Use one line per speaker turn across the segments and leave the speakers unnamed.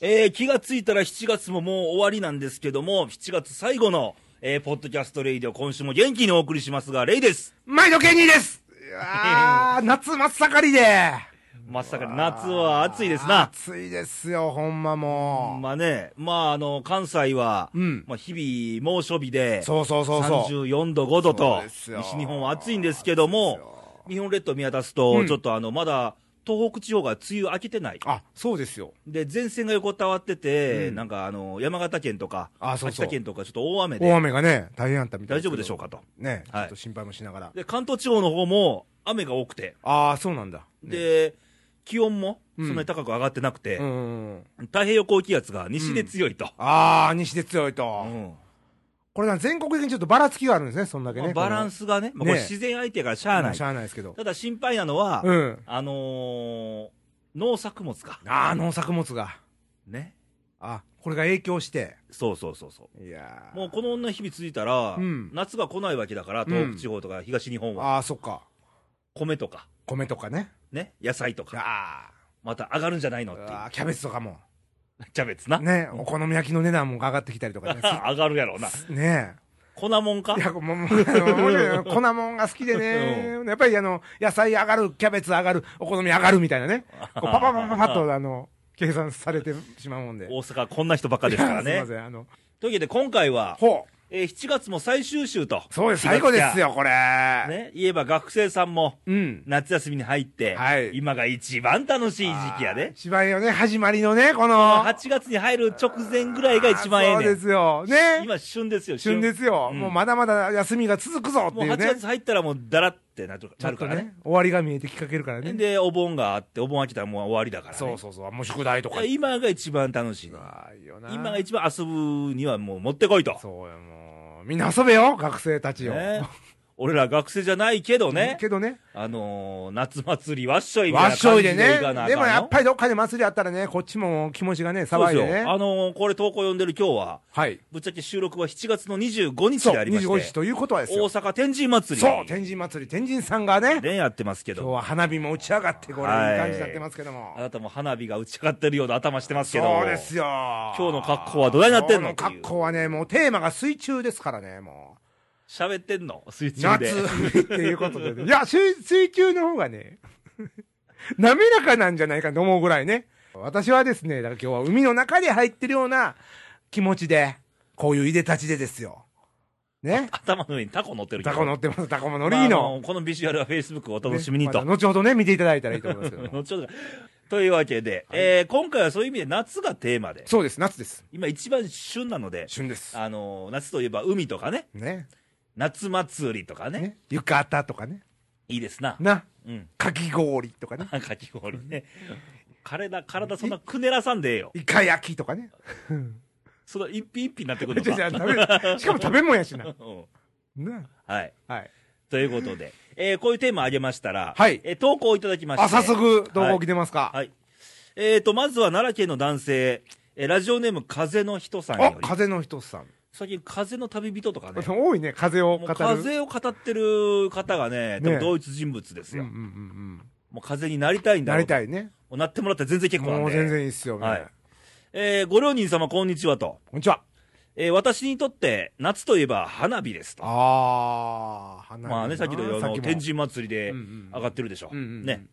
えー気がついたら7月ももう終わりなんですけども、7月最後の、えーポッドキャストレイディオ、今週も元気にお送りしますが、レイです。
毎度ケニーです あ夏真っ盛りで
まさか夏は暑いですな。
暑いですよ、ほんまも
まあね、まああの、関西は、
うん
まあ日々猛暑日で
う。、そうそうそうそう。
34度、5度と
そう、ですよ
西日本は暑いんですけども、日本列島見渡すと、
うん
ちょっとあの、まだ、東北地方が梅雨明けてない。
あ、そうですよ。
で、前線が横たわってて、
うん
なんかあの、山形県とか、
あそうそう
秋田県とか、ちょっと大雨で
大、雨がね、大変あったみたい
大
す
丈
けど
夫でしょうかと。
ね、ちょ
はい
っと心配もしながら。
で、関東地方の方も雨が多くて、
ああ、そうなんだ。ね、
で、気温もそ
うん
んなに高く上がってなくて、
うんうんうん。
太平洋高気圧が西で強いと。
ああ、西で強いうと。
ん
これな、全国的にちょっとばらつきがあるんですね、そんだけ
ま
ね。
あバラン
ス
スがね、まあ、これ
ね
自然相手からし
じ
ゃあない。
しゃあないですけど。
ただ心配なのは、
うん。
あのー農作物か。
ああ、農作物が。
ね。
あ、これが影響して。
そうそうそうそ
いや
う。もうこの女日々続いたら、
うん
夏が来ないわけだから、東北地方とか東日本は、
ああー、そっか。
米とか、
米とかね。
ね、野菜とか、
あ
また上がるんじゃないのっていう。
あ、キャベツとかも。
キャベツな。
ね、お好み焼きの値段も上がってきたりとかね。
上がるやろうな。
ね
粉もんか
いや、も う、もう、あのもうね粉もんが好きでね、やっぱりあの、野菜上がる、キャベツ上がる、お好み上がるみたいなね、こうパパパパパッと、あの、計算されてしまうもんで。
大阪こんな人ばっかですから
いや
ね
すい。ません、あの、
というわけで今回は、
ほう、
えー7月も最終週と。
そうです、最後です
よ。
よ、これ。
ね、言えば学生さんも
うん。
夏休みに入って、
はい
今が一番楽しい時期やで。
芝居よね、始まりのね、この。
8月に入る直前ぐらいが一番ええ
そう
ね
で
ん。
すよ。ね。
今旬ですよ、
旬ですよ。
うん
もうまだまだ休みが続くぞって
もう
いう
8
ね。
月入ったらもうだらってなる
ちゃん
か
と
らね。
ね、終わりが見えてきかけるからね。
で、お盆があって、お盆飽きたらもう終わりだからね。
そうそうそう、もう宿題と
い
か
や。今が一番楽しいね。
あいいよな
今が一番遊ぶにはもう持ってこいと。
そうやもうみんな遊べよ学生たちよ、
ね、俺ら学生じゃないけどね、
けどね
あのー夏祭りわっしょいみたい
わっ
な
しょ
感
い
じ
で
で
ね
いかなあかんの
でもやっぱりどっかで祭りあったらねこっちも気持ちがね
そう
騒
で
い
す
で
よ、
ね
あのーこれ投稿読んでる今日は、
はい
ぶっちゃけ収録は7月の25日
そう
でありまして、
25日ということはです
大
よ
阪天神祭り
そう天神祭り天神さんがね
ね、やってますけ
今日
ど、
は花火も打ち上がってこれいい
はい
感じになってますけども
あなたも花火が打ち上がってるような頭してますけど、
そうですよ
今日の格好はどないなってんの
今日の格好はねもうテーマが水中ですからねもう
喋ってんの、水中
夏
で。
っていうことでね、いや水水球の方がね 滑らかなんじゃないかと思うぐらいね私はですねだから今日は海の中で入ってるような気持ちでこういういでたちでですよね
頭の上にタコ乗ってるけ
タ
ど
コ乗ってますタコも乗
まあ
り
あ
の、
のーこのビジュアルは Facebook をお楽しみにと。
ねまだ後ほどね見ていただいたらいいと思いま すけども
後ほどというわけで、えー今回はそういう意味で夏がテーマで、
そうです夏です
今一番旬なので、
旬です
あのー夏といえば海とかね、
ね
夏祭りとかね、
ね浴衣とかね
いいですな。
な
うん。
かき氷とかね
かき氷ね。体、体そんなくねらさんでええよ。
イカ焼きとかね
その一品一品になってくる
じ
の
ゃじゃ
か。
食べしかも食べ物やしな
うん
な
はい。
はい
ということで、えーこういうテーマあげましたら、
はい
えー投稿いただきまして。
あ早速動画来てますか、
はい。えーと、まずは奈良県の男性、えーラジオネーム風の人さん
あ
より。
風の人さん、
最近風の旅人とかね。
多いね風を
も
語
う
る
風を語ってる方がね、多分
ね
同一人物です
うん
よ。
うんうんうん
もう風になりたいんだ
な
ろう
り
と
たいね
もうなってもらったら全然結構なんで。
もう全然いいっすよね、
はいえーご両人様こんにちはと。
こんにちは
えー私にとって夏といえば花火ですと。
ああ花火
まあね、さっきのあ
さっ
の
きも
天神祭りで
うんうん
上がってるでしょ。
うんうんうん
ね。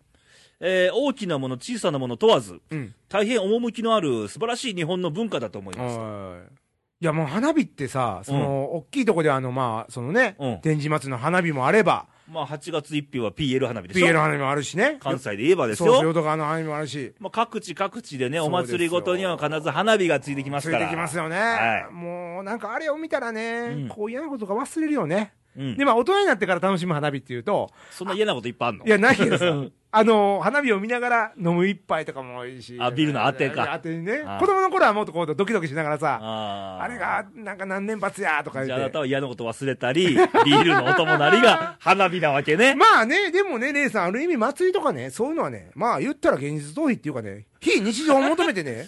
えー大きなもの、小さなもの問わず、
うん
大変趣のある素晴らしい日本の文化だと思います。
はいいやもう花火ってさその、大きいとこであのまあそのね、
うん
天神祭の花火もあれば
まあ、8月1日は PL 花火でし
PL
ょ。
花火もあるしね
関西で言えばです
そう
よ。
淀川の花火もあるし
まあ、各地各地でね、
そう
お
ですよ
祭りごとには必ず花火がついてきま
つ
す
い
から。
てきますよね、
は
もうなんかあれを見たらね、
うん
こう嫌なことが忘れるよね、
い。うん。
でまあ大人になってから楽しむ花火っていうと
そんな嫌なこといっぱいあんの
いや、ないですよ。あの、花火を見ながら飲む一杯とかもいいし。
あビールのあてか
あてにね
あ。
子供の頃はもっとこうドキドキしながらさ、
あー
あれが、なんか何年罰やとか
じゃ
言
ああ
っ
な
て
た。は嫌なこと忘れたり、ビールのお供なりが花火なわけね。
まあね、でもね、レイさん、ある意味祭りとかね、そういうのはね、まあ言ったら現実逃避っていうかね、非日常を求めてね、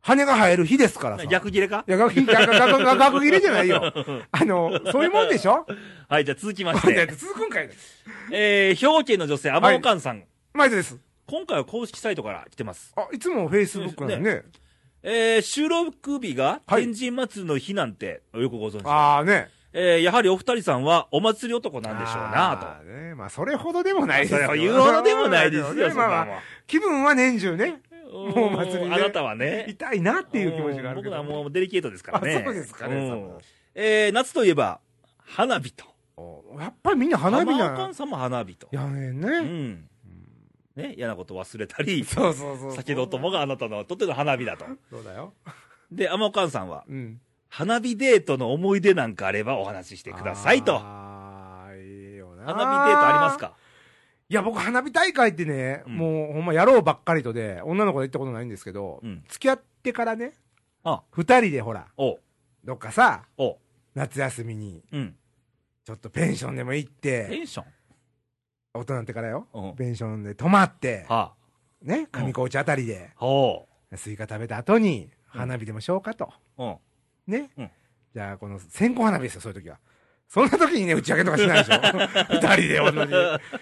羽が生える日ですからさ。い
逆切れか
や、学、学、学、学学切れじゃないよ。あの、そういうもんでしょ
はい、じゃあ続きまし
だって
て。
続くんかいな。
えー、兵庫県の女性、天おかんさん。
マイトです。
今回は公式サイトから来てます。
あ、いつもフェイスブックなんでね。
えー収録日が
はい
天神祭りの日なんて、よくご存知、
ああね。
えーやはりお二人さんはお祭り男なんでしょうな
あーねまあ、それほどでもないです
と。そ
よ。
れは言うほどでもないです よ、
まあまあ
そんなもん
気分は年中ね、もう祭りで
あなたはね。
痛いなっていう気持ちがある
僕
けど。
らはもうデリケートですからね。
あそうですかね
ん
その
えー夏といえば、花火と。
おやっぱりみんな花火
浜
な
岡
の
さんも花火と。
やねん
う
ね。
ん。ね、嫌なこと忘れたり、
そうそうそう。
先のともがあなたのとっての花火だと。
そうだよ。
で、天岡さんは、
うん。
花火デートの思い出なんかあればお話ししてくださいと。
ああ、いいよな。
花火デートありますか
いや、僕、花火大会ってね、
うん
もうほんまやろうばっかりとで、女の子で行ったことないんですけど、
うん
付き合ってからね、
あ
二人でほら、
おう
どっかさ、
おう
夏休みに、
うん。
ちょっとペンションでも行っ
テ
て、
ンション
大人になってからよ、
うん。
ペンションで泊まって、
は
ね、上高地あたりで、
あ。お
スイカ食べた後に、
うん
花火でもしようかと。
う。うん。
ね。
うん
じゃあ、この線香花火ですよ、そういう時は。そんな時にね、打ち上げとかしないでしょ。 二人で同じ。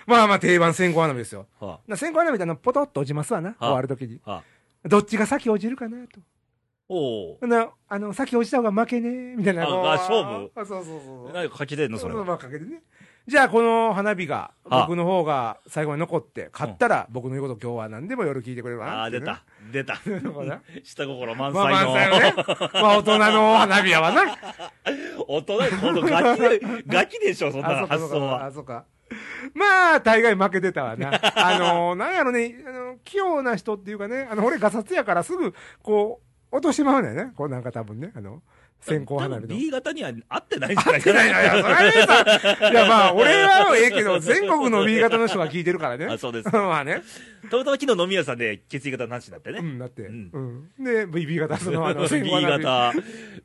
まあまあ、定番線香花火ですよ。
は
な線香花火ってあの、ポトッと落ちますわな、終わる時に。
あ。はあ。
どっちが先落ちるかなと。
おう。
ほなあの、先落ちた方が負けねみたいな。
あ
こう
あ勝負
あそうそうそうそう。
何か書きてんのそ
そ
れ
の
は。
ままかけてね。じゃあ、この花火が、
あ
僕の方が最後に残って、勝ったら、僕の言うこと今日は何でも夜聞いてくれるわ
あ
な
あー、
ってい
出
うね。
た。出た。
ほら
下心満
まあ、満
載
載の
の。
ね。まあ、大人の花火やわな。
大人のこのガキで、ガキでしょ、そん
あ、そ
な
うか、
発
そう
想
か、
は。
あ、そうか。まあ、大概負けてたわな。あのー、なんやろね、あのー器用な人っていうかね、あの、俺ガサツやからすぐ、こう、落としてまうんだよね。こうなんか多分ね、あの、線香
多
花火
分
の。
B 型には合ってないんじゃない
い
か
やい
な。
やいや、それはねさ、いやまあ、俺はええけど、全国の B 型の人が聞いてるから ね。
あそうです
まあね。
たまたま昨日飲み屋さんで血液型の話になって
う
ね。
ん、だって。う
うん
ん。で、VB 型、その、あの、
B
線香花火。
型、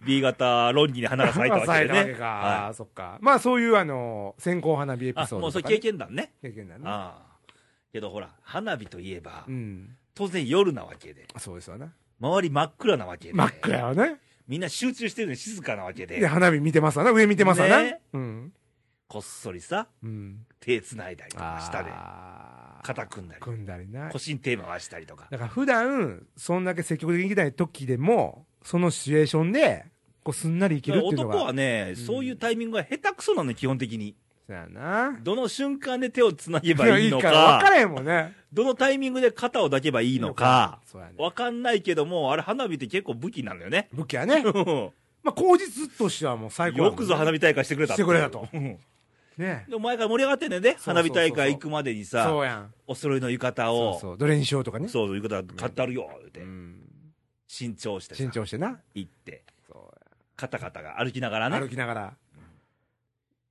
B 型論議に花が咲いたわ
あ
け
咲い
で
たわけ
ね。
か。
は
そっか。まあ、そういう、あの、線香花火エ
いあ
ピ、ソー
もう
ド
それ
とか
経
ね。
験談ね。
経験だね。
ああ。けどほら、花火といえば
う、ん。
当然夜なわけで、
そうですわな。
周り真っ暗なわけで、
真っ暗やわね。
みんな集中してるのに静かなわけ
で、
で、
花火見てますわな。上見てますわな
ね。
うん。
こっそりさ、
うん。
手繋いだりとか、下で、
あー
肩組んだり
組んだりな。
腰に手回したりとか。
だから普段、そんだけ積極的に行きたい時でも、そのシチュエーションで、こうすんなり生きるっていうの
男
が。
はね、
うん
そういうタイミングが下手くそなのよ、基本的に。
そうやな。
どの瞬間で手をつなげばいいの
やから分か
か、
らへんもんね。
どのタイミングで肩を抱けばいいのか、
そうやね。
わかんないけども、あれ花火って結構武器なのよ ね。
武器やね。まあ、口実としてはもう最高、
よくぞ花
火。
火大会してくれた
してくれたと
うん
ね。
でも前から盛り上がってんねんね。
そうそうそう
花火大会行くまでに
そ
さ、
うやん。
お揃いの浴衣
そ
を、
うそう。どれにしようとかね。
そう、浴衣買ってあるよ、っ
う
て。
ん。
新調してさ
慎、重してな。
行って、
そう
方々が歩きながら
や。
ね
歩。きながら。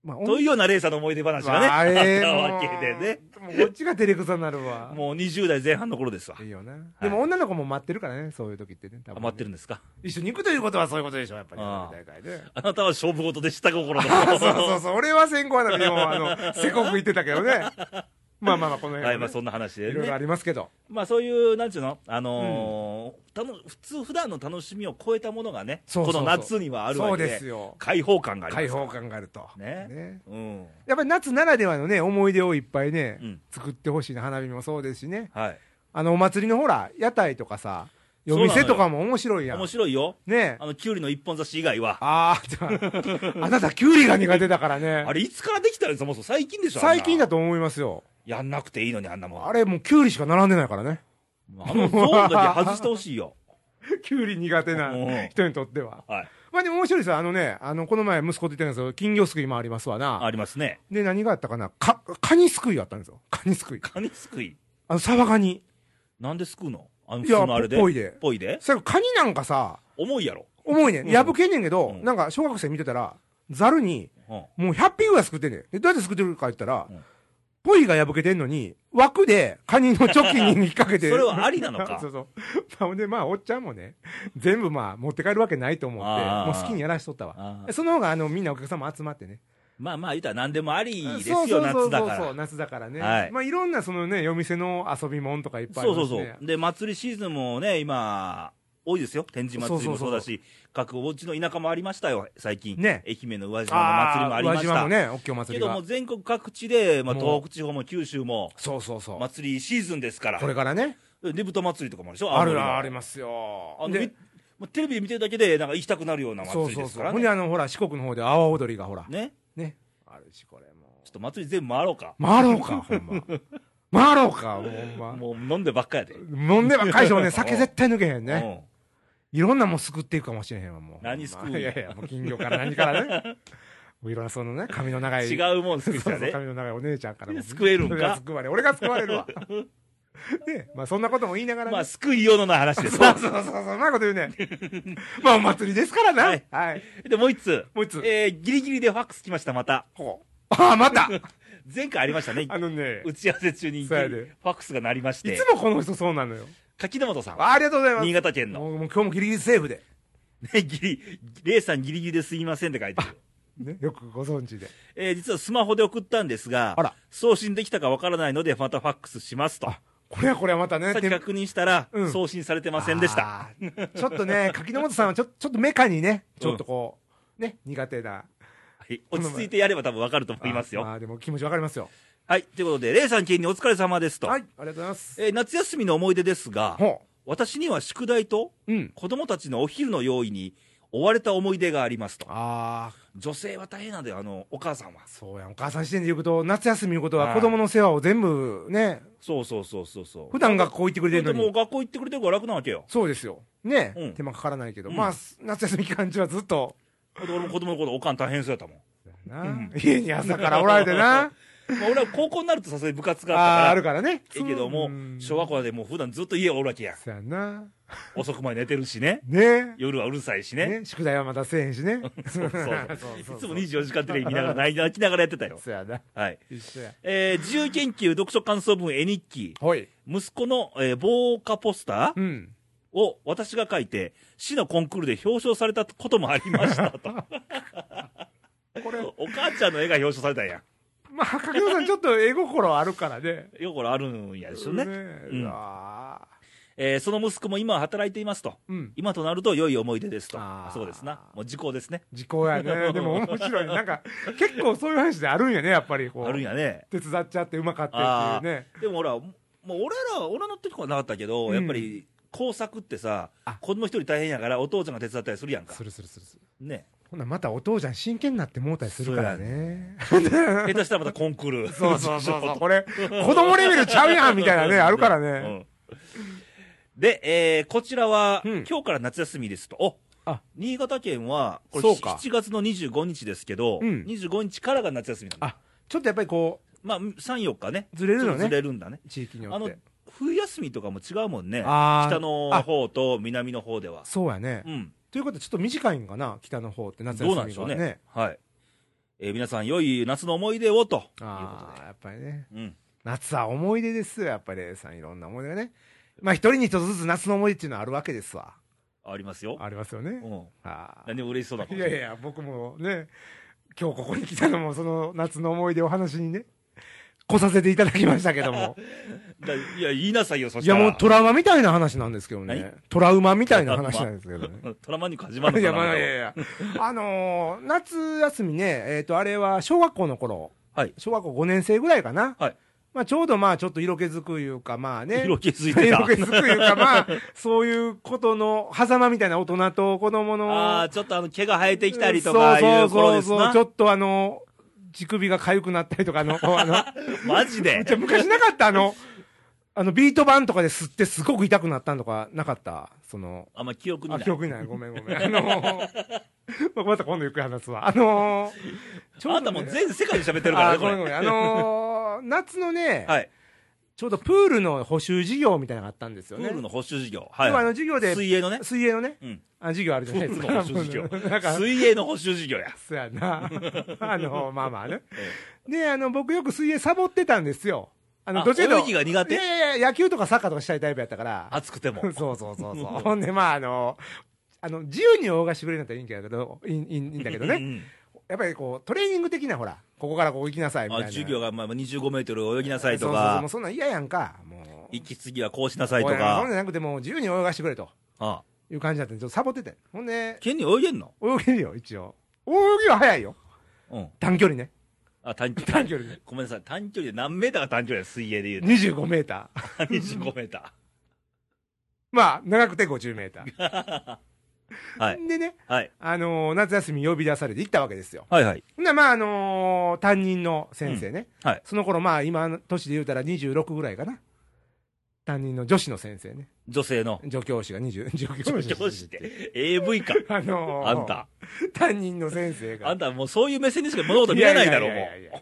まあ、
というようなレーサーの思い出話がね、あった わけでね。
ね。もうこっちが照れくさになるわ。
もう20代前半の頃ですわ
い。いよな。でも女の子も待ってるからね、そういう時ってね。多分ね
余ってるんですか
一緒に行くということはそういうことでしょ、やっぱり。
ああ
大会で。
あなたは勝負事でした心の。
そうそうそう。俺は先行花火で も、あの、せこく言ってたけどね。まあまあまあ、この辺は
は
ね
い、まあそんな話で
いろいろあ
ね。
りますけど。
まあそういう、なんちゅうの、あのーたの普通、普段の楽しみを超えたものがね、
そうそうそう
この夏にはある
そう
わけ
です
で、
よ。
開放感があり
開
ます。
放感があると。
ねうん。
やっぱり夏ならではのね、思い出をいっぱいね、
うん
作ってほしいな。花火もそうですしね。
はい。
あの、お祭りのほら、屋台とかさ、
そうな
夜
のよ
店とかも面白いやん。
面白いよ。
ね
あの、キュウリの一本差し以外は。
ああ、じゃあ、あなた、キュウリが苦手だからね。
あれ、いつからできたのそもそも最近でしょ
最近だ
と。
と思いますよ。
やんなくていいのに、あんなもん。
あれ、もうキュウリしか並んでないか らね。
あのゾーンだけ外してほしいよ。
キュウリ苦手な
うん
人にとっては。
はい。
まあでも面白いですよ。あのね、あの、この前息子と言ってたんですけど、金魚すくいもありますわな。
ありますね。
で、何があったかなか、カニすくいがあったんですよ。カニすくい。
カニすくい。
あの、サバガニ。
なんですくうのあの、
い
普
や
通のあれで。
ぽぽいで
ぽいで
それカニなんかさ、
重いやろ。
重いねん。
うん
破けんねんけど、
うん
なんか小学生見てたら、ザルに、
うん。
もう100匹ぐらいすくってんねん。で、どうやってすくってるか言ったら
うん、
ポイが破けてんのに、枠でカニのチョッ キに引っ掛けて。
それはありなのか
そうそう。まあ、ほんで、まあ、おっちゃんもね、全部まあ、持って帰るわけないと思って、
あー
もう好きにやらしとったわ。
あー
その方が、あの、みんなお客様集まってね。
まあまあ、言ったら何でもありです
そうそ
よ、
うそう
夏だ
そう
か
そう
ら。
夏だからね。
はい
まあ、いろんなそのね、夜店の遊び物とかいっぱいあ
そ
り
うそ
ま
う
す
そ
ね。
う。で、祭りシーズンもね、今、多いですよ。天神祭りもそうだし、各お家の田舎もありましたよ、最近。
ね
愛媛の宇和島の祭りもありまし
宇和島も
た。
ね、おっきいお祭
け
り
ども、
が。
全国各地で、まあ、
もう
東北地方も九州も、
そうそうそう。
祭りシーズンですから
こ。れからね。
ねぶた祭りとかもあるでしょ
あるあり
す。
ますよ
あ。の、み
で、
まあ、テレビで見てるだけで、なんか行きたくなるような祭
そう
り
そ
で
う
す
そ
か
う。
ら
ほ
ね。
んであの、ほら、四国の方で阿波踊りがほら、
ね。
ね。あるし、これも
ちょっと祭り全部回ろうか。
う。回ろうか、ほんま。回ろうか、ほんま。
もう飲んでばっかやで。
飲んでばっかりでもね、酒絶対抜けへんね。
ね。
いろんなもん救っていくかもしれへんわ、もう。
何救う
いやいや、もう金魚から何から ね。もういろんなそのね、髪の長い。う。
違うもん好
そう
き
そ
だ
う
ね。
髪の長いお姉ちゃんからも。
救えるんか
俺が救われ、俺が救われるわ。ねまあそんなことも言いながらね。
まあ、救いようのない話です
そう
な。
そうそうそう、うまいこと言うね。まあお祭りですからな。
は
はい い。
で、もう一つ。
もう一つ。
えー、ギリギリでファックス来ました、また。
こう。ああ、また
前回ありましたね。
あのね、
打ち合わせ中にギ
そう
リ
や
ギ
で
リファックスが鳴りまし
い
て
つ。もこの人そうなのよ。
柿根本さん。
あありがとうございます。
新潟県の。
もうもう今日もギリギリセーフで。
ね、ギリ、レイさんギリギリですいませんって書いてる。
ね、よくご存知で。
えー、実はスマホで送ったんですが
あら、
送信できたかわからないので、またファックスしますと。さ
これはこれはまたね、
っき確認したら
う、ん
送信されてませんでした。
あー。ちょっ とね、柿本さんはちょちょっとメカにね、ちょっとこう、ね、苦手な。
はい落ち着いてやれば多分わかると思います
あー
よ。
まあでも気持ちわかりますよ。
はい。ということで、レイさん県にお疲れ様ですと。
はい、ありがとうございます。
えー夏休みの思い出ですが、
ほ
私には宿題と
う。うん。
子供たちのお昼の用意に追われた思い出がありますと。
ああ、
女性は大変なんだよ、あの、お母さんは。
そうやん。お母さん視点で言うと、夏休みいうこと
は
はい子供の世話を全部ね、
そうそうそうそうそう。
普段学校行ってくれて
で
るの
も
に。
学校行ってくれてるから楽なわけよ。
そうですよ。ね、
うん
手間かからないけど、
うん
まあ、す夏休み期間中はずっと、
だから俺も子供の頃おかん大変そうやった もん。
な
うん
家に朝からおられて な。
まあ、俺は高校になるとさすがに部活
あ
があったか
あー、
ら。
あるからね。
ええけども、小学
校。
校までもう普段ずっと家おるわけや。
そうやんな。
遅くまで寝てるし ね。
ね
夜はうるさいしね。
ね宿題はまたせえへんしね。
そうそうそう
そうそう
いつも24時間テレビ見ながら泣い泣きながらやってたよ。
そうやな。
はい。
一緒や。
えー、自由研究読書感想文絵日記、
ほい。
息子の、えー、防火ポスター
うん。
を私が書いて、市のコンクールで表彰されたこともありましたと。
これ、
お母ちゃんの絵が表彰されたんや。
まあ、柿野さん、ちょっと絵心あるからね。
よくあるんやでしょう
ね
ね。ん
あ
えー、その息子も今は働いていますと。
ーうん。
今となると良い思い出ですと
あ。ー
そうですな。もう時効ですね。
時効 やね。でも面白い。なんか、結構そういう話であるんやね、やっぱり。こう
あるんやね。
手伝っちゃってうまかったっていうね。
でもほら、もう俺ら、俺の時はなかったけど、
うん
やっぱり工作ってさ
あ、
子供一人大変やから、お父ちゃんが手伝ったりするやんか
す。るするするする。
ね。
ほな、またお父ちゃん真剣になってもうたりするからね。
下手したらまたコンクール。
そうそうそうそう。これ、 子供レベルちゃうやんみたいなね、あるからね。
うんで、えーこちらは、
うん
今日から夏休みですと。お
あ
新潟県は、これ
そうか
7月の25日ですけど、
うん
25日からが夏休みなんだ。
あ、ちょっとやっぱりこ
まあ、3、4日ね。
ずれる
ち
のね
ょっとずれるんだね。
う、地域によ
あ
っ
の
て。、
冬休みとかも違うもんね。
あー
北の方と南の方では。
そうやね
う。ん。
ということはちょっと短いんかな、北の方って夏休み
どうなん
が
で
ね。
しょうね。はい。えー皆さん、良い夏の思い出をというこ
ああ、やっぱりね。
とで。うん。
夏は思い出ですよ、やっぱり、レイさん。いろんな思い出がね。まあ、一人に一つずつ夏の思い出っていうのはあるわけですわ。
ありますよ。
ありますよ
う
ね。
ん。
あ
何でも嬉しそうな
あ。
顔
い
して
やいや、僕もね、今日ここに来たのも、その夏の思い出を話にね、来させていただきましたけども。
だいや、言いなさいよ、そし
い
た
や、
ら。
もうトラウマみたいな話なんですけど
何
ね。トラウマみたいな話なんですけどね。
トラマニック始まるの
い
か
や、
な
まあ、
ま
いやいや。あのー夏休みね、えっ、と、あれは小学校の頃、
だはい。
小学校5年生ぐらいかな。
はい
まあ、ちょうどまあ、ちょっと色気づくいうか、まあね。
色気づいて
色
た
気。づくいうか、まあ、そういうことの、狭間みたいな大人と子供の。
ああ、ちょっとあの、毛が生えてきたりとかいう頃です
そうそうそう
な
ち。ょっとあの、乳首が痒くなったりとか、あの、あの、
マジ で
じゃあ昔なかったあの、あの、ビート板とかで吸ってすごく痛くなったんとか、なかったその、
あんま記憶にな
あ、
い
記。憶にない。ごめんごめん。あの ー、まあまた今度ゆっくり話すわ。あのー、ち
あなたもう全世界で喋ってるから
あ
ね、
ー
こ
ごめんご
れ。
めん。あのー、夏のね、
はい。
ちょうどプールの補習授業みたいなのがあったんで
プ
すよね。
ールの補習授業。はい
要はあの授業で
水泳のね。
水泳のね、
うん
あ授業あるじ
プ
ゃな
ー
いで
ル
す
の
か。
補習授
な
業。
んか、
水泳の補習授業や。
そうやな。 あの、まあまあね。で、あの、僕よく水泳サボってたんですよ。あの、
あ
どっちかと
泳
いうと
ぎが苦手
いやいやいや、野球とかサッカーとかしたいタイプやったから。
暑くても。
そうそ うそうそう。ほんで、まあ、あの、あの、自由に泳がしてくれるんだったらいいんだけど、いいいいんだけど
う
ね。
ん
やっぱりこう、トレーニング的な、ほら、ここからここ行きなさい、みたい
あ
な。
授業がまあ25メートル泳ぎなさいと
そうそうそうも
か
う、そんなん嫌やんか。もう。
息継ぎはこうしなさいと
そん
か。
じゃなくて、もう自由に泳がしてくれと
あ
いう感じだったんで、ちょっとサボってて。ほんで、
県に泳げんの
泳げるよ、一応。泳ぎは早いよ。
うん。
短距離ね。
あ、短距
短
離。
距離ね。
ごめんなさい。短距離で何メーターが短距離や水泳で言うと。
25メー ター。
25メーター。
まあ、長くて50メーター。
はい。
でね、
はい。
あのー夏休み呼び出されて行ったわけですよ。
はいはい。
ほんならまあ、あのー担任の先生ね。
はい。
その頃まあ、今、年で言うたら26ぐらいかな。担任の女子の先生ね。
女性の。
助教師が20、助 教
女
師。
子って、AV か。
あのー
あんた。
担任の先生が。
あんたもうそういう目線でしか物事見えないだろ、
やや
も
やいやいや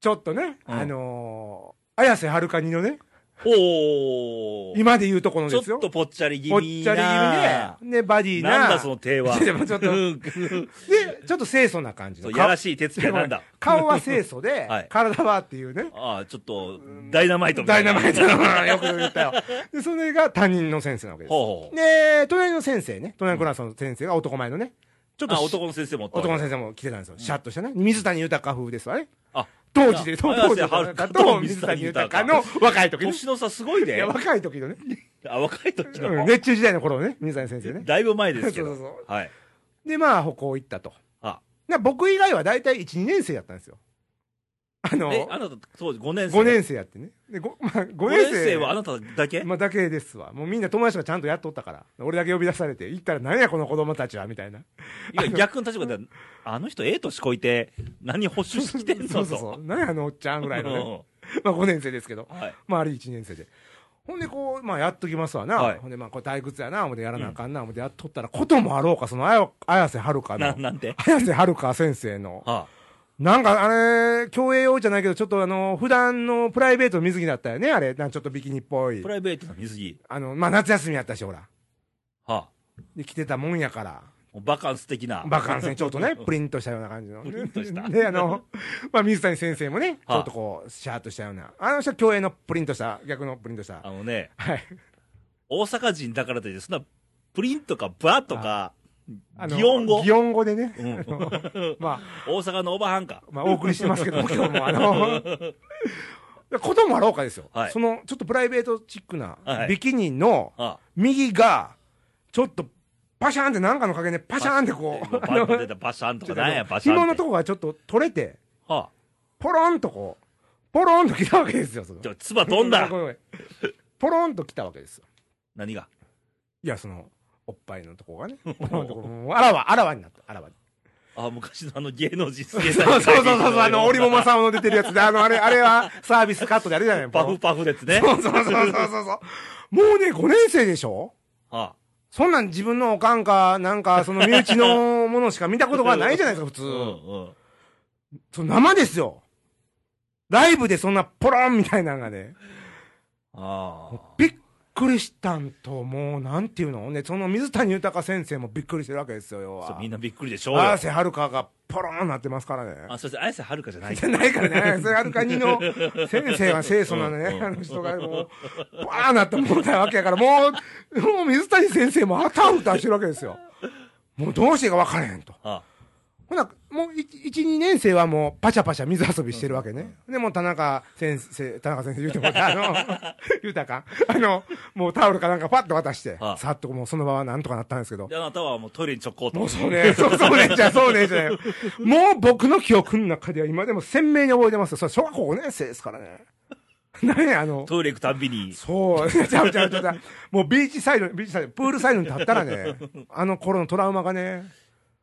ちょっとね、
うん
あのー、綾瀬はるかにのね、
う。おー。
今で言うとこの
ち
です
ょ
よ。
っとぽっちゃり気
ぽっ
味
ち
な。
ゃり気味で、ね、バディな。
なんだその手は。
ちょ っとちょっと
うん
で、ちょっと清楚な感じ
そ
の。
うやら
し
しい手つきはなんだ。
顔は清楚で、
はい
体はっていうね。
ああ、ちょっと、ダイナマイトみ
ダ
た
イ
いな。
ナマイトの、よく 言ったよ。で、それが担任の先生なわけです。
ほうほう。
で、隣の先生ね、隣のクラスの先生が男前のね、ちょっと
あ、
し
男の先生もおったわけ
男の先生も来てたんですよ。シャッとしたね。水谷豊風ですわね。
あ、
当時で、
じゃ
当
あ
時
綾瀬はるか
で、
と
と
水
水
谷
谷
豊
豊の若い時ね。
年の差すごい
い
ね
や、。若い時のね。
あ、若い時
うん
の。
熱中時代の頃のね、水谷先生ね。
だいぶ前ですけ
そう
ど
そう。
はい。
で、まあ、歩行行ったと。
あ、
な僕以外は大体1、2年生やったんですよ。あの、
え、あなた、当時5年生。
5年生やってね。で、ごまあ、5
,5
年
年
生。
生はあなただけ
まあ、だけですわ。もうみんな友達がちゃんとやっとったから。俺だけ呼び出されて、行ったら何やこの子供たちは、みたいな。
いや逆の立場で、あの人、ええ年こいて、何補修してんのと。
そうそうそう。何やあのおっちゃんぐらいのね。まあ5年生ですけど、
はい
まああれ1年生で。ほんでこう、まあやっときますわな。
はい
ほんでまあこれ退屈やな、思ってやらなあかんな、思ってやっとったら、こともあろうか、そのあや綾瀬はるか
うんな、
の、
なんて。
綾瀬はるか先生の、
は
なんかあれ、競泳用じゃないけど、ちょっとあの、普段のプライベートの水着だったよね、あれ。なんかちょっとビキニっぽ
あ、
い
プ。ライベートの水着。
あの、まあ夏休みやったし、ほら。
は
で、着てたもんやか
あ、
ら。
バカンス的な。
バカンスね、ちょっとね、プ
リ
リントしたような感じの。
プリント した
で、あの、まあ、水谷先生もね、ち
はあ
ょっとこう、シャーっとしたような。あの人は競泳のプリントした、逆のプリントした。
あのね、
はい。
大阪人だからといって、そんな、プリンとかバとか、
あの
擬音語。
擬音語でね。
うん
あのまあ、
大阪のおばはんか。
まあ、お送りしてますけど も、今日も、あの、こともあろうかですよ。
はい
その、ちょっとプライベートチックな
はい、
ビキニの
あ
右が、ちょっと、パシャーンってなんかの影で、パシャーンってこ う、
バッと出た、バシャンとか、なんや、バシャンって。
紐のとこがちょっと取れて、
は
ポロンとこう、ポロンと来たわけですよ、その
あ、。じゃあ、唾飛んだ
ごめごめポロンと来たわけですよ。
何が
いや、その、おっぱいのとこ がね。ポロンとこうもうあらわ、あらわになった、あらわに。
あ、昔のあの芸能人すげえ
そうそうそうそう、 あの、折茂正雄の出てるやつで、あの、あれ、あれはサービスカットであれじゃない
パフ
パ
パフですね。
そうそうそうそうそう。もうね、5年生でしょ
は
そんなん自分のおかんか、なんか、その身内のものしか見たことがないじゃないですか、普
あ。
通
うん。うん。
その生ですよ。ライブでそんなポロンみたいなのがね、
ああ。
びっくりしたんと、もう、なんていうのね、その水谷豊先生もびっくりしてるわけですよ、要
そう
は。
みんなびっくりでしょうよ。
綾瀬はるかがポロンなってますからね。
あ、そして綾瀬はるかじゃない
じゃないから ね、綾瀬はるかにの先生が清楚な
うんう
ね、
ん
あの人がもう、バーなってもうたわけやから、もう、もう水谷先生もあたふたしてるわけですよ。もうどうしていいか分からへんと。
あ
ほな、もう1、2年生はもうパシャパシャ水遊びしてるわけね。で、もう田中先生、田中先生言うてもうた、あの、言うたか。あの、もうタオルかなんかパッと渡して
あ、
さっともうその場はなんとかなったんですけど
で、。あなたはもうトイレに直行と。
もうそうね、そうそうね、じゃあそうね、じゃないよもう僕の記憶の中では今でも鮮明に覚えてますよ。それ小学校5年生ですからね。何や、あの、
トイレ行くたんびに。
そう、ちゃうちゃうちゃうちゃう。もうビーチサイド、ビーチサイド、プールサイドに立ったらね、あの頃のトラウマがね、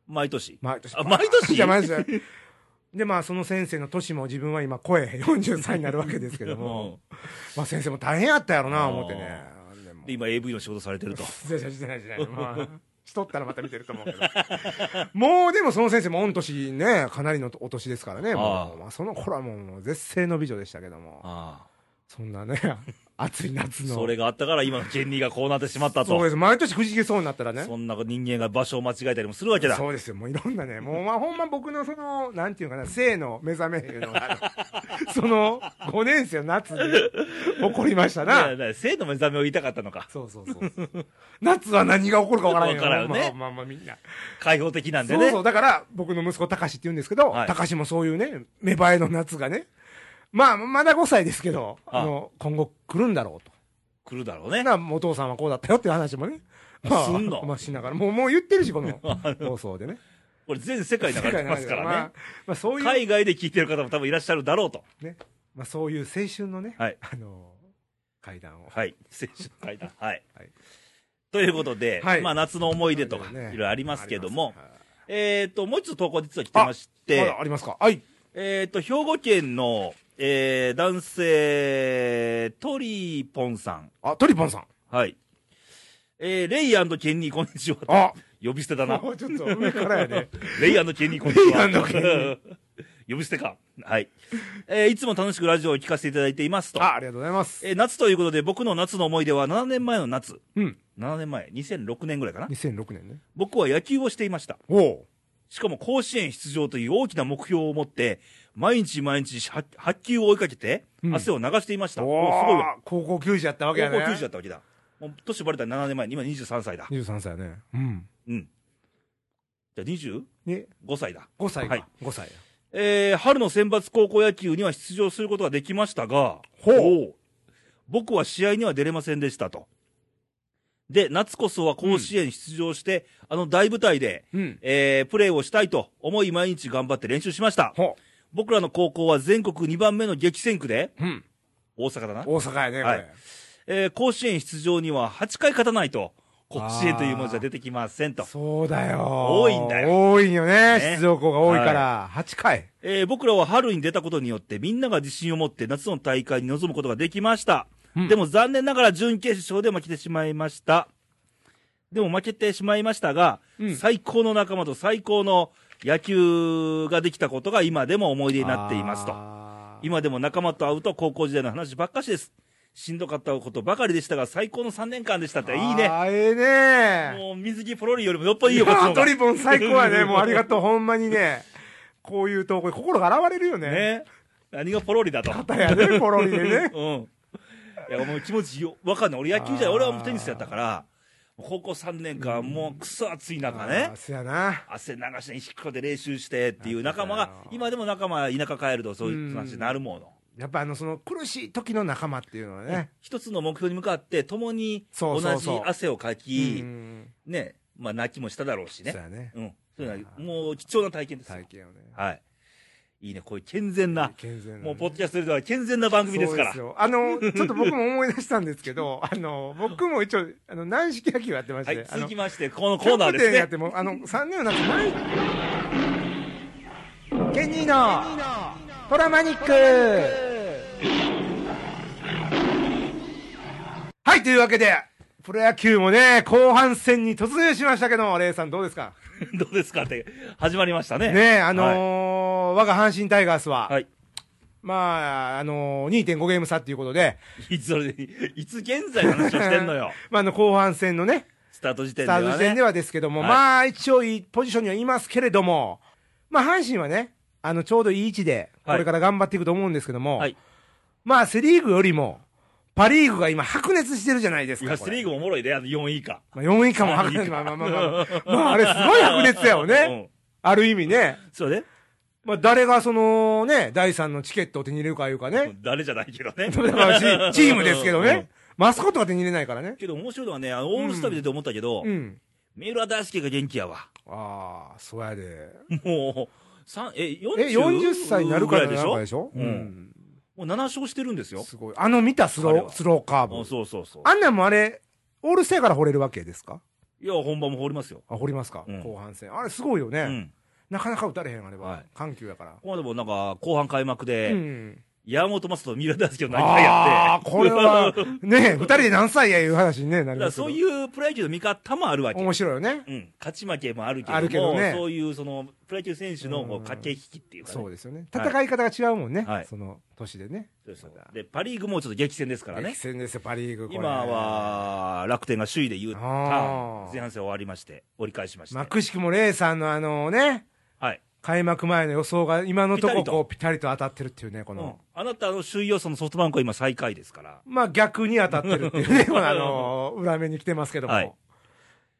毎年。
毎年。
あ毎年
じゃ毎年。で、まあ、その先生の年も自分は今、声40歳になるわけですけ ども、まあ、先生も大変やったやろな、思ってね。でも
で、今 AV の仕事されてると。
じゃじゃじゃないじゃない。まあ、しとったらまた見てると思うけど。もうでもその先生も御年ね、かなりのお年ですからね。も
ああ
うまあ、その頃はもう絶世の美女でしたけども。
ああ。
そんなね、暑い夏の。
それがあったから今の権利がこうなってしまった
そうで
と。
す。毎年くじけそうになったらね。
そんな人間が場所を間違えたりもするわけだ。
そうですよ。もういろん なね、もうまあほんま僕のその、なんていうかな、性の目覚めいうの があのその、5年生の夏に起こりましたな。
ねえねえ性の目覚めを言いたかったのか。
そうそうそうそう。夏は何が起こるかわからんよ。
わからんよね
まあまあまあみんな。
開放的なんで
そう
ね。
そう、だから、僕の息子、たかしって言うんですけど、
はい
たかしもそういうね、芽生えの夏がね、まあ、まだ5歳ですけど、
は
あ
い
の、今後来るんだろうと。
来るだろうね。
な、お父さんはこうだったよっていう話もね。
すんの
まあ、しながら、もう、もう言ってるし、この放送でね。
これ全世界に流れてますか
世界の中でま
ら
あ、まあ、そう
ね。
いう、
海外で聞いてる方も多分いらっしゃるだろうと。
ね。まあ、そういう青春のね、
はい
あの、階段を。
はい。青春の階段。はい。
はい
ということで、
はい
まあ夏の思い出とか、い
そうだよ
ろ
ね
いろありますけども、
あります
えっ、と、もう一つ投稿実は来てまし
はいま
て
だ、ありますかはい。
えっ、と、兵庫県の、えー男性、トリーポンさん。
あ、トリポンさん。
はい。えーレイケンニーこんにちは。
あ、
呼び捨てだな。
もうちょっと上からやね。
レイケンニーこんにちは。
レイケンニ
呼び捨てか。はい。えーいつも楽しくラジオを聞かせていただいていますと。
あ、ありがとうございます。
えー夏ということで、僕の夏の思い出は7年前の夏。
うん。
7年前、2006年ぐらいかな。
2006年ね。
僕は野球をしていました。
おお。
しかも甲子園出場という大きな目標を持って、毎日毎日は発球を追いかけて、
うん
汗を流していました。
お
おすごいわ。
お。高校球児やったわ
高
けやね。
校球児だったわけだ。もう年バレたら7年前、今23歳だ。
23歳やね。うん。
うん。じゃ
ね、
あ25歳だ。
5歳
はい
か。5歳や。
えー、春の選抜高校野球には出場することができましたが、
ほう
う僕は試合には出れませんでしたと。で、夏こそは甲子園出場して、あの大舞台で、
うん。
えー、プレーをしたいと思い毎日頑張って練習しました。
ほ
僕らの高校は全国2番目の激戦区で、
う。うん。
大阪だな、
大阪やね、こ
はい
れ。
えー甲子園出場には8回勝たないと、甲子園というものじゃ出てきませんと、
そうだよ。
多いんだよ。
多いよね。
ね
出場校が多いから。8回。
えー僕らは春に出たことによって、みんなが自信を持って夏の大会に臨むことができました、
うん
でも残念ながら準決勝で負けてしまいました、でも負けてしまいましたが、
うん
最高の仲間と最高の野球ができたことが今でも思い出になっていますと。
あー
今でも仲間と会うと高校時代の話ばっかしです。しんどかったことばかりでしたが、最高の3年間でしたって、いいね。
あーええね。
もう水着ポロリよりもよっぽどいいよ、こっちの
や
方
ト
が
リボン最高 やね。もうありがとう。ほんまにね。こういう投稿、心が洗われるよね。
ね。何がポロリだと。
方や ね、ポロリでね。
うん。いや、もう気持ちよ、わかんない。俺野球じゃない、俺はもうテニスやったから、高校3年間、もうクソ暑い中ね
あー。せやな。
汗流して、引っ掛けて練習してっていう仲間が、今でも仲間、田舎帰るとそういう話になるもの。
やっぱあの、その苦しい時の仲間っていうの はね。
一つの目標に向かって、共に同
そうそう
じ
そう
汗をか
う
き、
ん
ね、まあ泣きもしただろうし
そう
ね。
やね。
うん。そういうのはもう貴重な体験ですよ
体。験をね。
はい。いいね、こういう健全な、
健全なね
もうポッドキャストでは健全な番組ですから
そう。よあの、ちょっと僕も思い出したんですけど、あの、僕も一応、あの、軟式野球やってまし
は
て、
い、
あ
続
の
き、まして、このコーナーです
キャプテンや
ね
っ。ても、あの、3年の夏、ない。ケニーの、トラマニックはい、というわけで、プロ野球もね、後半戦に突入しましたけど、レイさんどうですか
どうですかって、始まりましたね。
ねえ、あの
はい
ー我が阪神タイガースは、
はい。
まあ、あのー、2.5ゲーム差っていうことで、
いつ、それで、いつ現在の話をしてんのよ。
まあ、あの、後半戦のね、
スタート時点で
スタ
は
ート時点
ね
で。はですけども、
はい
まあ一応いいポジションにはいますけれども、まあ阪神はね、あのちょうどいい位置で、こ
はい
れから頑張っていくと思うんですけども、
はい。
まあセ・リーグよりも、パ・リーグが今、白熱してるじゃないです
い
か。
や、
こ
セ
れ
リーグもおもろいで、あの4位以下。
まあ、4位以下も 白熱、まあまあまあまあ、まあ、あれすごい白熱やよね、ある意味ね、
うん。それで、
まあ、誰がそのね、第3のチケットを手に入れるかいうかね、
誰じゃないけど ね。
だから チチームですけどね、マスコットが手に入れないからね。
けど面白いのはね、あのオールスター見てて思ったけど、
うん、
三浦大輔が元気やわ。
ああ、そうやで。
もう、三え、40?
え、40歳になるから
ぐらいでし
なん
ょ
かでしょ
うんもう7勝してるんですよ。
すごい。あの見たスロ
彼は
ー、スローカー
あ
ブ。
そうそうそう。
あんなんもあれ、オールスターから掘れるわけですか
いや、本番も放りますよ。
あ、掘りますか、
うん
後半戦。あれすごいよね。
うん。
なかなか打たれへん、あれは。
はい
緩急やから。
ここまでもなんか、後半開幕で、
うん。
山本マスと三浦大輔の何回や
あ
っ
あ
て。
ー、これ
だ
は
か、
ねえ、二人で何歳やいう話にね、なり
ら
ますけど。
そう
う。
いうプロ野球の見方もあるわけ。
面白いよね。
うん。勝ち負けもあるけども、
あるけどね
そういうその、プロ野球選手のこう
うん
駆け引きっていうかね。
そうですよね。
はい
戦い方が違うもんね。
はい
その年でね。
そうそうで、パリーグもちょっと激戦ですからね
激。戦ですよ、パリーグ。これ
今。は、楽天が首位で言うター
あ
ン
ー
前半戦終わりまして、折り返しまして。
まあ、くしくもレイさんのあのね、
はい。
開幕前の予想が今のとこ
ピタリと
こうぴたりと当たってるっていうね、こ
うん
の。、
あなたの首位予想のソフトバンクは今最下位ですから。
まあ逆に当たってるっていう ね、このあの、裏目に来てますけども。
はい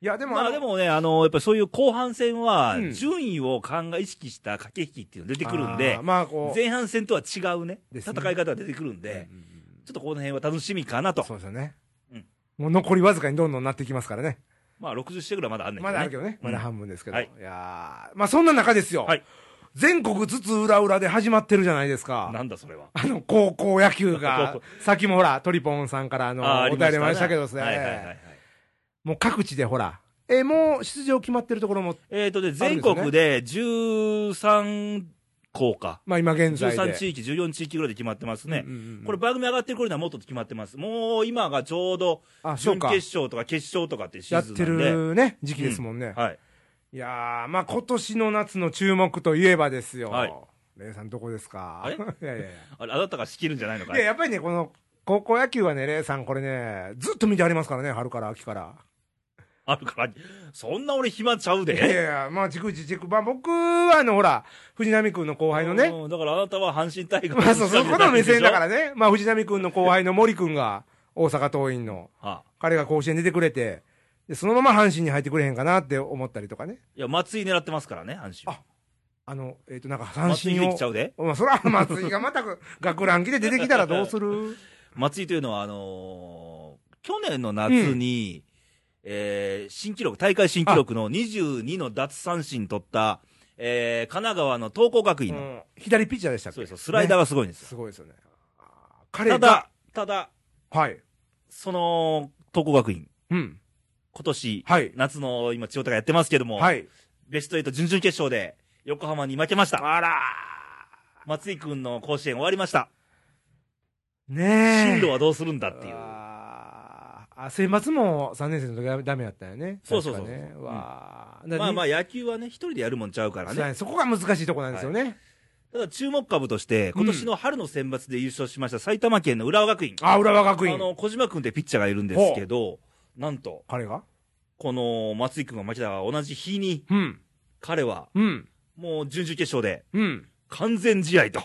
い、や、でも、
ま
の
あでもね、あの、やっぱりそういう後半戦は
う、ん
順位を考え、意識した駆け引きっていうのが出てくるんで
あー、まあこう。
前半戦とは違うね、
です
戦
ね
い方が出てくるんで、
うん
ちょっとこの辺は楽しみかなと。
そうですよね。
うん
もう残りわずかにどんどんなっていきますからね。
まあ60試合ぐらいまだあんねんけど、
ま
ね。
だあるけどね。まだ
うん
半分ですけど。
はい
い、やーまあそんな中ですよ。
はい
全国津々浦々で始まってるじゃないです
な
か。
んだそれは。
あの、高校野球
高
が
校、
さっきもほら、トリポンさんからあの、
ー
お便りもありましたけどね。
はいはいはいはい。
もう各地でほら、えーもう出場決まってるところも、
えっ、とね、全国で13校か。
まあ今現在で。
13地域、14地域ぐらいで決まってますね。
うんうんうん
これ番組上がってる頃にはもっと決まってます。もう今がちょうど、
あ、そう
準
か
決。勝とか決勝とかっていうシ
や
ー
っ
ズン
て
なんで。
るね、時期ですもんね。
はい。
いやー、まあ今年の夏の注目といえばですよ。
はい
レイさんどこですか
あれ
いやいやいや。
あれ、あなたが仕切るんじゃないのか
いや、
い
やっぱりね、この、高校野球はね、レイさん、これね、ずっと見てありますからね、春から秋から。
あるから、そんな俺暇ちゃう
いやい
で。
や、まあ、じくじじく、まあ、僕は、あの、ほら、藤波君の後輩のね、
うんだからあなたは阪神大会。
まあ、そう、そこの目線だかららね、まあ、藤波君の後輩の森君が、大阪桐蔭の、
あ
彼が甲子園出てくれて、で、そのまま阪神に入ってくれへんかなって思ったりとかね。
いや、松井狙ってますからね、阪神。
ああの、えっ、と、なんか、阪
松井
神
で
を
きちゃ。うで。
まあ、そら、松井がま たく、学ラン着で出てきたらどうする
松井というのは、あのー去年の夏に、えー新記録、大会新記録の22の奪三振取った、えー神奈川の東光学
う
院の、
ん左ピッチャーでしたっけ
そうですスライダー
ね
がすごいんですよ。
すごいですよね。あー彼
た
が、
だ、ただ、
はい。
その、東光学院、
うん。
今年、
はい。
夏の今、千代田がやってますけども、
はい。
ベスト8準々決勝で、横浜に負けました。
あら
松井君の甲子園終わりました。
ーねえ。
進路はどうするんだっていう。
あーあ、選抜も3年生の時はダメだったよね。
そうそうそう
確かね
うん
わあ、
まあまあ
あ、
野球はね、一人でやるもんちゃうから
そうや
ね。
ねそこが難しいとこなんですよね。
ただ注目株として、
うん
今年の春の選抜で優勝しました埼玉県の浦和学院。
あ、浦和学
あ
院。
の、小島君ってピッチャーがいるんですけど、なんと、
彼が
この松井君が負けた同じ日に、
うん。
彼は、
うん。
もう準々決勝で、
うん。
完全試合と。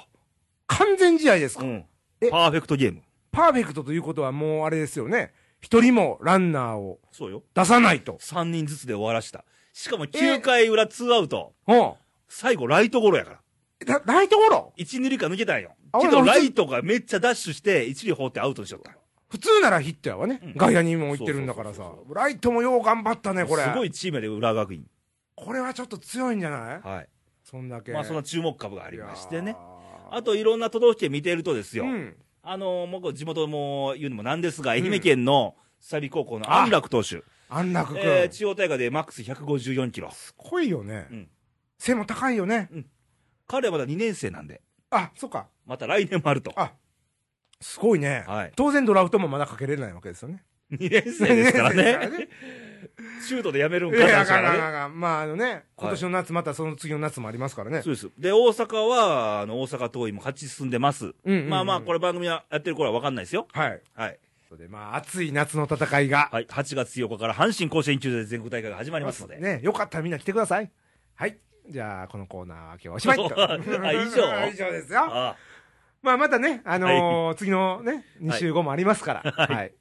完全試合ですか、
うん。
え
パーフェクトゲーム。
パーフェクトということはもうあれですよね。一人もランナーを
そうよ。
出さないと。
3人ずつで終わらした。しかも
え
9回裏2アウト。
うん。
最後ライトゴロやから。
だ、大ところ
1、2塁間抜けたんよ。
あ
け
俺
ど
普通
ライトがめっちゃダッシュして、1塁放ってアウトにしちゃった。
普通ならヒットやわね。
うん
外野にも行ってるんだか
そ
ら
う
さ
そうそう。
ライトもよう頑張ったね、これ。
すごいチームやで、浦和学院。
これはちょっと強いんじゃない
はい。
そんだけ。
まあ、その注目株がありまして
い
ね
や。ー。
あと、いろんな都道府県見てるとですよ。
うん。
あのー、もうこれ地元も言うのもなんですが、
ん
愛媛県の久々高校の安楽投手。
安楽君、
えー、中央大会でマックス154キロ。
すごいよね、
うん
背も高いよね
彼はまだ2年生なんで、
あそっか
また来年もあ ると。
あすごいね、
はい
当然ドラフトもまだかけれないわけですよね
2年生ですから
二年生
ね。
です
シュートでやめるん
い
かって
やあ
話だ
か
か
んあかん
ら
あ
ね。
かんまああのね今年の夏またその次の夏もありますからね、
そうです。で、大阪は、あの、大阪桐蔭も勝ち進んでます。
うんうんうん
まあまあ、これ番組やってる頃は分かんないですよ。
はい
はい。
それでまあ熱い夏の戦いが、
はい。8月8日から阪神甲子園球場で全国大会が始まりますので。
ねよかったらみんな来てくださいはいじゃあこのコーナーは今日はおしまいと
あ以上
以上ですよ
あ
まあまたねあのー次のね2週後もありますからはい、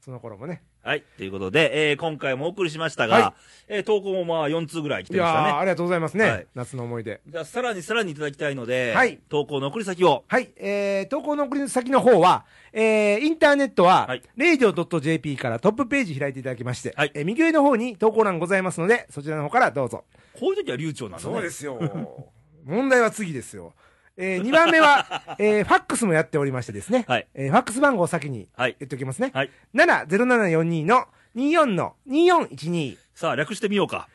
その頃もね
あはい。ということで、えー今回もお送りしましたが、
は
えー投稿もまあ4通ぐらい来
い
てま
や
した
ー
ね。
ありがとうございますね、
はい
夏の思い出
じゃあ、さらにさらにいただきたいので、
はい
投稿の送り先を。
はい、えー、投稿の送り先の方は、えー、インターネットは、
はい
radio.jp からトップページ開いていただきまして、
はい
えー右上の方に投稿欄ございますので、そちらの方からどうぞ。
こういう時は流暢なのね。す。
すよ。 問題は次ですよ。えー、2番目は、えー、ファックスもやっておりましてですね、
はい
えー、ファックス番号を先に
はい。
言っておきますね。
はい。
70742の24の2412。
さあ、略してみようか。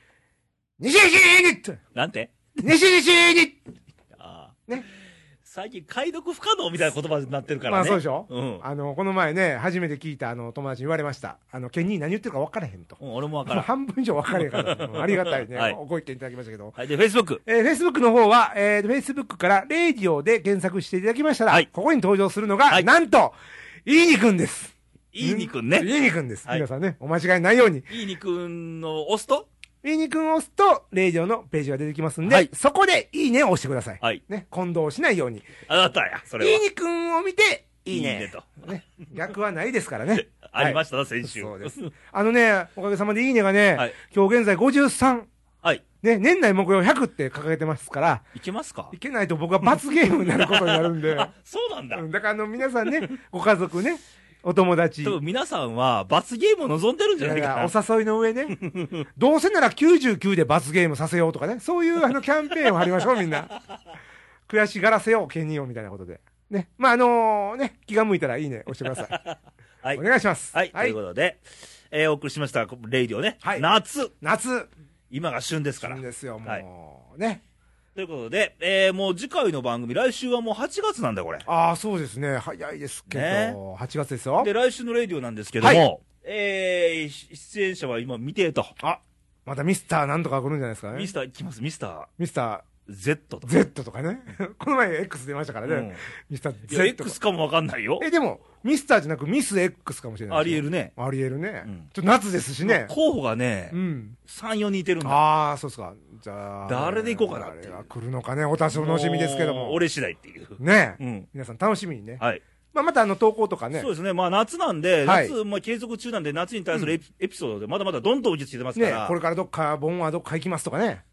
西西に
なんて
西西に
ああ。
ね。
最近、解読不可能みたいな言葉になってるからね。
まあそうでしょ
うん。
あの、この前ね、初めて聞いたあの友達に言われました。あの、ケニー何言ってるか分からへんと。
うん俺もわか
もう
らん。
半分以上分かれへ んから、うんありがたいね、
はい
ご意見いただきましたけど。
はい。で、Facebook。
えー、Facebook の方は、えー、Facebook から、レイディオで検索していただきましたら、
はい
ここに登場するのが、
はい
なんと、いいにくんです。
いいにくんね。
いいにくんです。
はい
皆さんね、お間違いないように。
いいにくんの押すと
いいにくんを押すと、レイディオのページが出てきますんで、
はい
そこで、いいねを押してください。
はい。
ね、混同しないように。
あなたや、それ
いい
は。
にくんを見て、いいね。
いいねと。
ね逆はないですからね
ありま
し
したな、先週。
そうです。あのね、おかげさまでいいねがね、
はい
今日現在53、
はい。
ね、年内目標100って掲げてますから、
いけますか
いけないと僕は罰ゲームになることになるんで。
あ、そう なんだ。
うんだからあの皆さんね、ご家族ね、お友達。
多分皆さんは、罰ゲームを望んでるん
い
じゃ
や
ないいか
や
な。
お誘いの上ね、 どうせなら99で罰ゲームさせようとかね、そういうあのキャンペーンを張りましょう、みんな。悔しがらせよう、ケニーをみたいなことで。ね。まあ、あのね、気が向いたらいいね、押してください。
はい
お願いします。
はい、ということで、えーお送りしました、レイディオね。
はい
夏、
夏
今が旬ですから
旬。ですよ、もう。
はい
ね。
ということで、えーもう次回の番組、来週はもう8月なんだよ、これ。
ああ、そうですね。早いですけど、
ね
8月ですよ
で、。来週のレイディオなんですけども、
はい
えーし出演者は今未定と。
あまたミスターなんとか来るんじゃないですかね
ミ。スター、いきます、ミスタ
ミスタ
ー Z と。
ー Z とかね。この前 X 出ましたからね。
うん
ミスター
いや、
Z とか。
X かもわかんないよ。
え、でも、ミスターじゃなくミス X かもしれない。
ありえ
る。
るね。
ありえるね。
うん
ちょっと夏ですしね。
候補がね
う、ん。
3、4人いてるんだ。
ああ、そうですか。じゃあ。
誰で行こうかなっていう
誰が来るのかね。お楽しみですけども。
う俺次第っていう。
ねえ、
うん
皆さん楽しみにね。
はい。
まあ、またあの投稿とかね
そう。ですね。まあ夏なんで、
はい
夏、まあ継続中なんで、夏に対するエピ,、ソードで、まだまだどんどん受け付けてますか
ね
ら、
これからどっか、盆はどっか行きますとかね。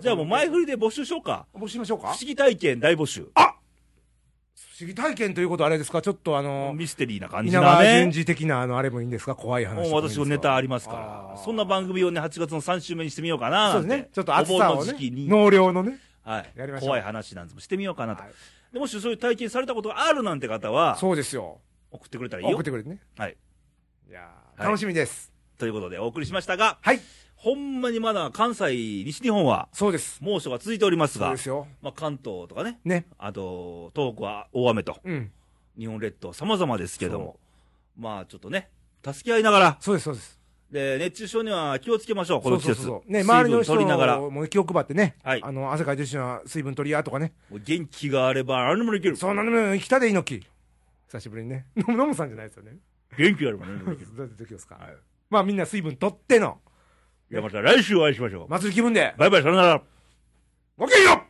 じゃあもう前
振
振りで募集しようか。
りしましょう
不
か。
思議体験大募集。
不思議体験ということはあれですかちょっとあの、
ミステリーな感じ
稲
な
川淳
ね。
二的なあの、あれもいいんですか怖い話とか
も
も
う
いいんです
私
か。
もネタありますから、
あー
そんな番組をね、8月の3週目にしてみようかな
そ
な
うん
て。
ですね。ちょっと暑
お
さ
盆
を
の
ね
時期。に、
納涼のね。
はい
やりましょう
怖い話なんてもしてみようかなと。
はい
でもしそういう体験されたことがあるなんて方は、
そうですよ。
送ってくれたらいい
送
よ
っ。てくれてね。
はい。
いやー
はい
楽しみです。
ということでお送りしましたが、
はい。
ほんまにまだ関西、西日本は
そうです。
猛暑が続いております
そう
が
で、すよ。
まあ、関東とかね、
ね。
あと東北は大雨と、
うん。
日本列島、さまざまですけども、まあちょっとね、助け合いながら、
そうです、そうです。
で熱中症には気をつけましょう、この季節、
そうそうそうね、
水
周りの
分
人
取りながら、も
もう気を配ってね、
はい
あの汗かいてる人は水分取りやとかね、
う元気があれば、何でもできる、
そんなのも生きたで猪木、久しぶりにね、 のむのむさんじゃないですよね、
元気があれば何で
ど
も
う
できる。
やってできますか、
はい
まあみんな水分取っての、
いやまた来週お会いしましょう。
祭り気分で、
バイバイ、さよなら。
ごきげんよう